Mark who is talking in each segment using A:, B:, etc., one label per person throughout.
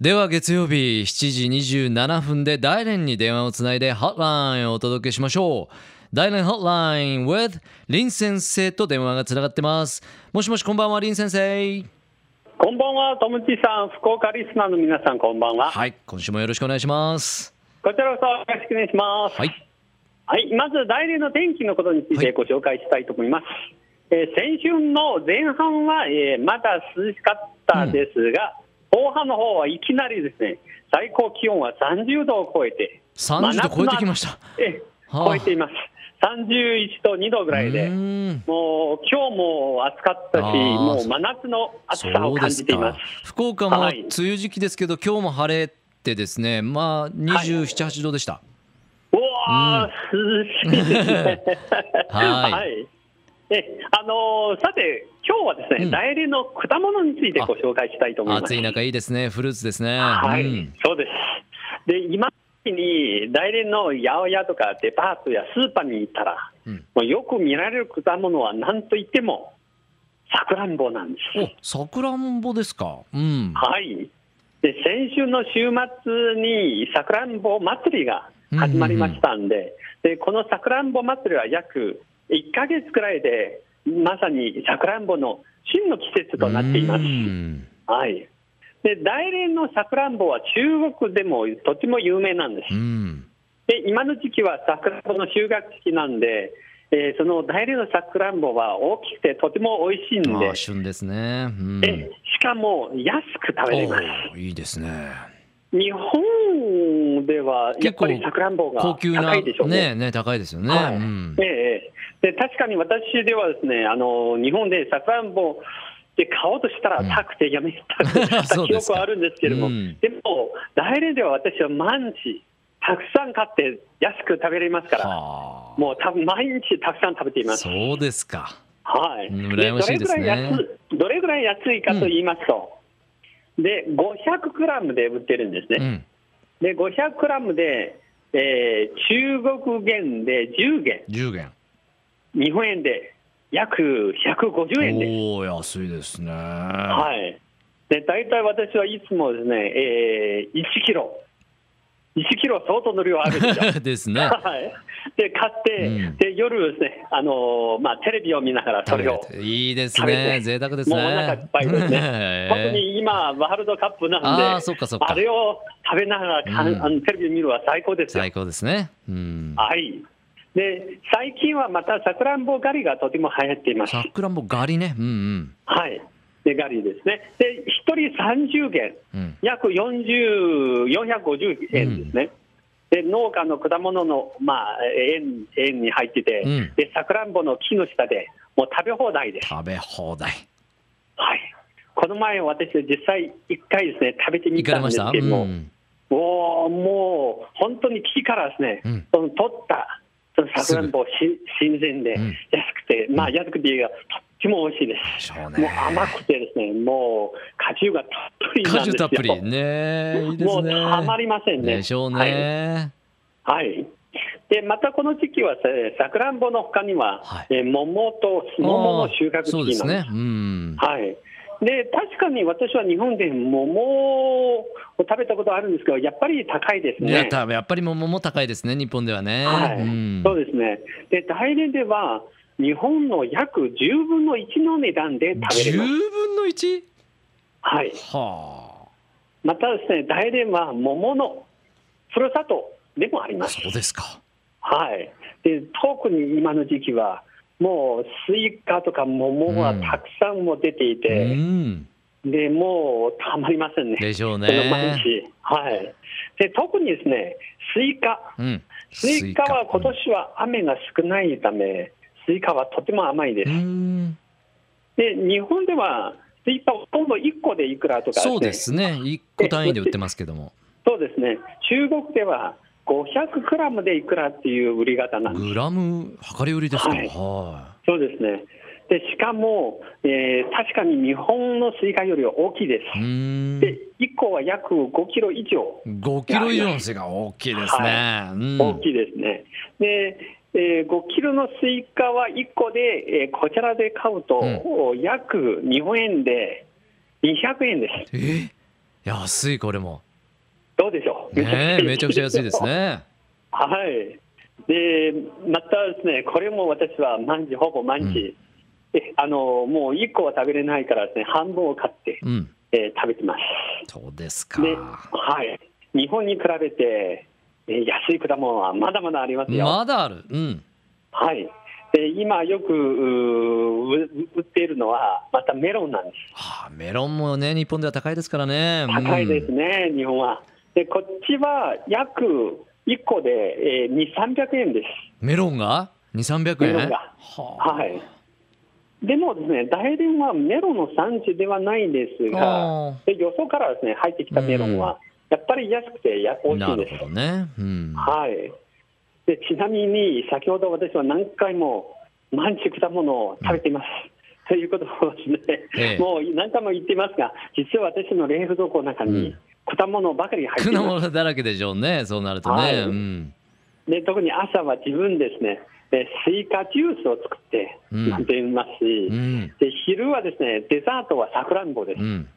A: では月曜日7時27分で大連に電話をつないで Hotline をお届けしましょう大連 Hotline with 林先生と電話がつながってますもしもしこんばんは林先生
B: こんばんは、ともちさん、福岡リスナーの皆さん、こんばんは。
A: はい今週もよろしくお願いします
B: こちらこそよろしくお願いします。
A: は
B: はい、
A: い
B: まず大連の天気のことについ
A: は
B: て
A: い
B: ご紹介したいと思います。えー先週の前半は、えーまだ涼しかったですが、後半の方はいきなりですね、最高気温は30度を超えて、
A: 30度超えてきました
B: えー
A: はあ
B: 超えています。31度、2度ぐらいうで、
A: ーん
B: もう今日も暑かったし、
A: あー
B: もう真夏の暑さを
A: そう
B: 感
A: で
B: じ
A: す
B: ています
A: か。福岡も
B: は
A: 梅
B: い
A: 雨時期ですけど今日も晴れてですねまあ27、8度でした
B: うわー、涼しいですね。
A: はい
B: えあのーさて、今日はですね、
A: うん
B: 大連の果物についてご紹介したいと思います。
A: 暑い中いいですねフルーツですね
B: はい、
A: うん
B: そうです。で、今に大連の八百屋とかデパートやスーパーに行ったら、
A: うん
B: もうよく見られる果物は何といっても、さくらんぼなんです。
A: おさくらんぼですかうん
B: はい。で、先週の週末にさくらんぼ祭りが始まりましたんで、で、このさくらんぼ祭りは約1ヶ月くらいで、まさにさくらんぼの真の季節となっています
A: う。ん
B: はい。で、大連のさくらんぼは中国でもとても有名なんです
A: う。ん
B: で、今の時期はさくらんぼの収穫期なんで、えーその大連のさくらんぼは大きくてとても美味しいん
A: あ
B: で
A: あ、旬ですねうん
B: えしかも安く食べれます。
A: おいいですね
B: 日本ではやっぱりさくらんぼが
A: 高級な
B: 高いでしょう
A: ね
B: ね。
A: ね高いですよね
B: はい
A: うん
B: ええで確かに私ではですねあの日本でさくらんぼで買おうとしたら
A: うん
B: 高くてやめた
A: そう
B: 記
A: です
B: 憶
A: か
B: はあるんですけれども、
A: うん
B: でも大連では私は毎日たくさん買って安く食べれますから、
A: は
B: もう多分毎日たくさん食べてい
A: あ
B: ます。
A: そうですか
B: はい、
A: うん羨ましいですね
B: でどれぐらい安いどれぐらい安いかと言いますと、で500グラムで売ってるんですね。
A: うん
B: で500グラムで、えー中国元で10元、
A: 10元
B: 日本円で約150円で、
A: おお安いですねは
B: はい、で大体私はいつもですね、えー1キロ、1キロ相当の量あるんですよ。
A: いです ね
B: はい、で買って、
A: うん
B: で夜ですね、あのーまあ、テレビを見ながらそれを。
A: いいです
B: 食べ
A: ね
B: て
A: 贅沢ですね
B: もうお腹いっぱいです ね
A: ええ
B: 特に今、ワールドカップなんで、
A: あ
B: あ
A: あそっかそっか
B: れを食べながらかん、
A: うん
B: あのテレビ見るのは最高ですよ
A: 最。高ですねうん
B: はい。で、最近はまたさくらんぼ狩りがとても流行っています。
A: さくらんぼ狩りねうん
B: はい。で、狩りですね。で、一人30元、
A: うんうん
B: 約40、450円ですね。で、農家の果物の、まあ、園、園に入ってて、
A: うん
B: で、さくらんぼの木の下で、もう食べ放題です。
A: 食べ放題
B: はい。この前、私、実際、一回ですね、食べてみ
A: 行か
B: た
A: れ
B: ん
A: ま
B: で
A: し
B: す
A: た
B: けども、
A: ん
B: おーもう、本当に木からですね、
A: うん
B: その取ったそのさくらんぼし新鮮
A: う
B: で安
A: ん
B: くて、まあ安くていいがとっても美味しいで
A: でしょう
B: す。もう
A: ね
B: 甘くてですね、もう果汁がたっぷり
A: 果
B: なんです
A: 汁
B: よ。
A: たっぷりねいいで
B: も
A: す
B: う
A: ね
B: たまりませんね。
A: でしょうね
B: はい。はい。でまたこの時期はささくらんぼの他には、
A: はい
B: えー桃とす
A: あー
B: ももの収穫
A: そう
B: 時
A: です
B: 期なんで
A: ね
B: す。
A: うん
B: はい。で確かに私は日本で桃を食べたことあるんですけど、やっぱり高いですね。
A: いやたやっぱり桃も高いですね日本ではね
B: はい、
A: うん
B: そうですね。で、大連では、日本の約10分の1の値段で食べ
A: 10
B: れます。
A: 分の 1?
B: はい。
A: は
B: またですね、大連は桃のふるさとでもあり
A: あ
B: ます。
A: そうですか
B: はい。で、特に今の時期は、もうスイカとか桃がたくさんも出ていうて、
A: ん
B: で、もうたまりませんね。
A: でしょう
B: その毎
A: ね
B: 日。はい。で、特にですね、スイカ。
A: うん
B: スイカは今
A: スイ
B: 年は雨が少ないため、スイカはとても甘いです
A: カう。ん
B: で日本ではスイカほとんど1個でいくらとか、ね、
A: そうですね1個単位で売ってますけども
B: そうですね中国では500グラムでいくらっていう売り方なんです
A: グラム量り売りですか
B: はい
A: は
B: そうですねでしかも、えー確かに日本のスイカより大きいで
A: いう
B: す
A: ん
B: で1個は約5キロ以上
A: 5キロ以上の背が大きいですね。うん
B: 大きいですね、で、えー5キロのスイカは1個で、えーこちらで買うと、
A: うん
B: 約日本円で200円です
A: え安いこれも
B: どうでしょう。
A: ねえめちゃくちゃ安いです。ね
B: はい。で、またですね、これも私は毎日、ほぼ毎日、えあのもう1個は食べれないからですね、半分を買って、
A: うん
B: えー食べてま
A: そうです
B: す。
A: か
B: で、はい。日本に比べて、えー安い果物はまだまだありますよ。
A: まだあるうん
B: はい。で、今よくうー売っているのは、またメロンなんです。
A: はあメロンもね日本では高いですからね
B: 高いです
A: ね、
B: ね、日本は。で、こっちは約1個で、えー2、300円です。
A: うんメロンが2300円
B: メロンが
A: はあ
B: はい。でもですね、大連はメロンの産地ではないんですが、
A: あ
B: でよそからですね入ってきたメロンは、やっぱり安くてや美
A: ー
B: 味し
A: ない
B: ん
A: る
B: です
A: ほ。どね、うん、
B: はい。でちなみに先ほど私は何回も毎日果物を食べています。ということをですね、
A: ええ
B: もう何回も言ってますが、実は私の冷蔵庫の中
A: う
B: に
A: ん
B: 果物ばかり入ってい
A: 果
B: ます。
A: 物だらけでしょうねそうなるとね、
B: はい
A: うん
B: で特に朝は自分ですね、えスイカジュースを作って
A: うん
B: 飲んでいますし。
A: うん
B: で昼はですねデザートはさくらんぼです、
A: うん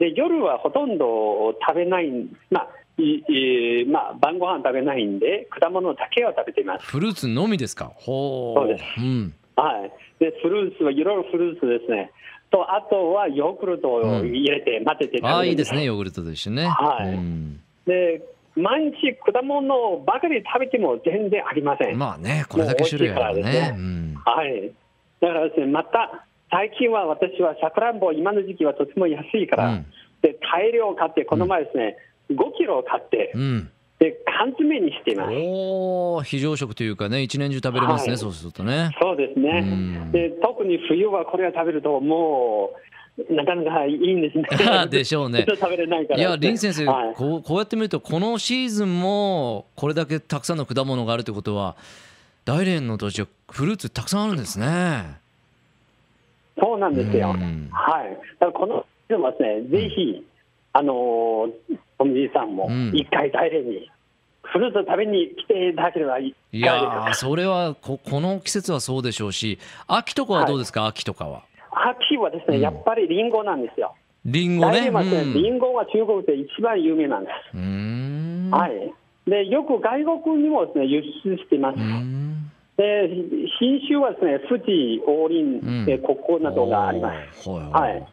B: で夜はほとんど食べない、まあいえーまあ、晩ご飯食べないんで、果物だけは食べています、
A: フルーツのみですかほう
B: そうです
A: うん
B: はい、でフルーツはいろいろフルーツですね、とあとはヨーグルトを入れて、混ぜて食べて
A: ああいい
B: ま
A: ですねヨーグルトと一緒にね
B: はい
A: うん、
B: で毎日果物ばかり食べても全然ありません。
A: まあねこれだけ種類あれば
B: もう美味しいか
A: ね
B: らですね
A: うん、
B: はいだからですね、また最近は私はさくらんぼ、今の時期はとても安いから、
A: うん
B: で大量買って、この前ですね、5キロ買って、
A: うん、
B: で缶詰にしています。
A: おお非常食というかね一年中食べれますね、
B: はい
A: そうするとね
B: そうです
A: うん。
B: ね。で特に冬はこれを食べるともうなかなかいいんですね
A: でしょうね
B: ずっと食べれないから
A: い
B: ですね、
A: や林先生、
B: はい
A: こうこうやって見るとこのシーズンもこれだけたくさんの果物があるということは大連の土地はフルーツたくさんあるんですね。
B: そうなんですよ。
A: うん
B: はい。だからこのでもですね、ぜひあのーおみじさんも
A: うん
B: 一回大連にフルーツを食べに来ていただければいい。
A: いや
B: かが
A: ー
B: でしょ
A: それはここの季節はそうでしょうし秋とかはどうですか、秋とかは。
B: うか秋はですね、
A: うん
B: やっぱりリンゴなんですよ。
A: リンゴ
B: 大
A: ね。
B: 連はですね、
A: うん
B: リンゴは中国で一番有名なんで
A: うーん
B: す。はい。でよく外国にもですね輸出しています。
A: うーん
B: で品種はですね富士、王林、
A: うん
B: えー国交などがあります。
A: おーは
B: は
A: は
B: い
A: い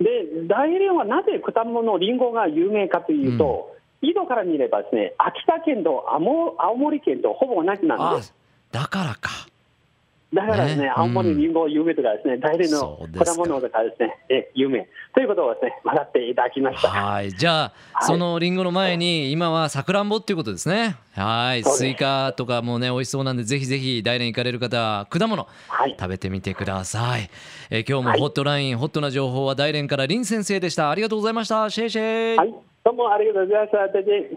B: い、で大連はなぜ果物、リンゴが有名かというと、井戸から見ればですね秋田県と青青森県とほぼ同じなん
A: あ
B: です。
A: だからか。
B: だからですね、
A: ね
B: 青
A: う
B: 森
A: ん
B: リンゴ有名とかですね、大連の
A: そうですか
B: 果物とかですね、え有名ということをですね、学っていただきました。
A: はいじゃあ
B: はい
A: そのリンゴの前に今はさくらんぼっていうことですね。はい
B: そうです
A: スイカとかもね美味しそうなんでぜひぜひ大連行かれる方は果物
B: はい、
A: 食べてみてください。えー今日も
B: はい
A: ホットライン、ホットな情報は大連から林先生でした。ありがとうございました。シェイシェイ。
B: はい、どうもありがとうございました。大体